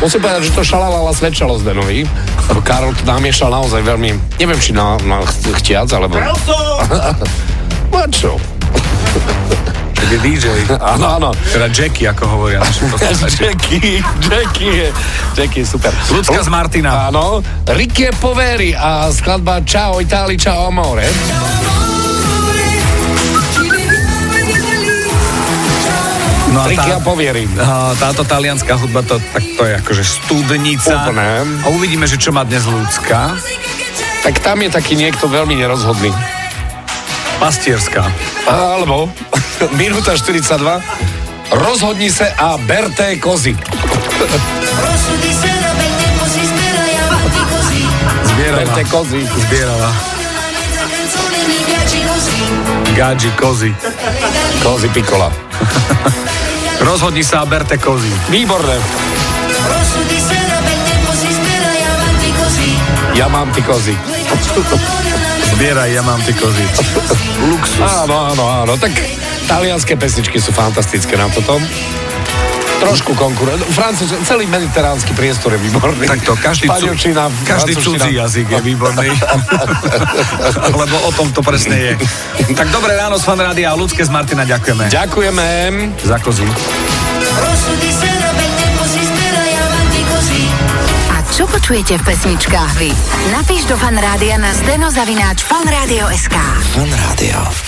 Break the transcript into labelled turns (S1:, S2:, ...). S1: Musím povedať, že to šalalala svedčalo Zdenovi. Karol to namiešal naozaj veľmi, neviem, či na, na ch- chtiac, alebo... No čo?
S2: Keď je DJ.
S1: Áno, áno.
S2: Teda Jackie, ako hovoria naši poslucháči.
S1: Jackie, Jackie, je- Jackie, je super.
S2: Ľudská z Martina.
S1: Áno, Ricky Poveri a skladba Ciao Itali, Ciao Amore.
S2: No a
S1: Ricky a
S2: tá,
S1: Poveri.
S2: a táto talianská hudba, to, tak to je akože studnica.
S1: Úplne.
S2: A uvidíme, že čo má dnes ľudská.
S1: Tak tam je taký niekto veľmi nerozhodný.
S2: Pastierská.
S1: Alebo minúta 42. Rozhodni sa a berte kozy.
S3: Rosso di sera, bel tempo si spera e avanti così.
S2: Zbierala.
S1: Berte kozy.
S2: Zbierala.
S3: La mezza canzone mi piace così.
S2: Gadži, kozy.
S1: Kozy pikola.
S2: Rozhodni sa a berte kozy.
S1: Výborné.
S3: Rosso di sera, bel tempo si spera e avanti così.
S1: Ja mám ty kozy.
S3: Due cacciacolori, una mezza
S2: Zbieraj, ja mám ty kozy. Luxus.
S1: Áno, áno, áno. Tak talianské pesničky sú fantastické na toto. Trošku konkurenčné. Francúz, celý mediteránsky priestor je výborný.
S2: Takto, každý, cu-
S1: Španielčina,
S2: každý
S1: francúzština.
S2: cudzí jazyk je výborný. Lebo o tom to presne je. Tak dobré ráno z Fan Rádia a ľudské z Martina ďakujeme.
S1: Ďakujeme.
S2: Za kozy.
S3: Rosso di sera, bel tempo si spera e avanti così.
S4: A čo počujete v pesničkách vy? Napíš do fanrádia na steno zavináč fanradio.sk.
S5: Fan Rádio.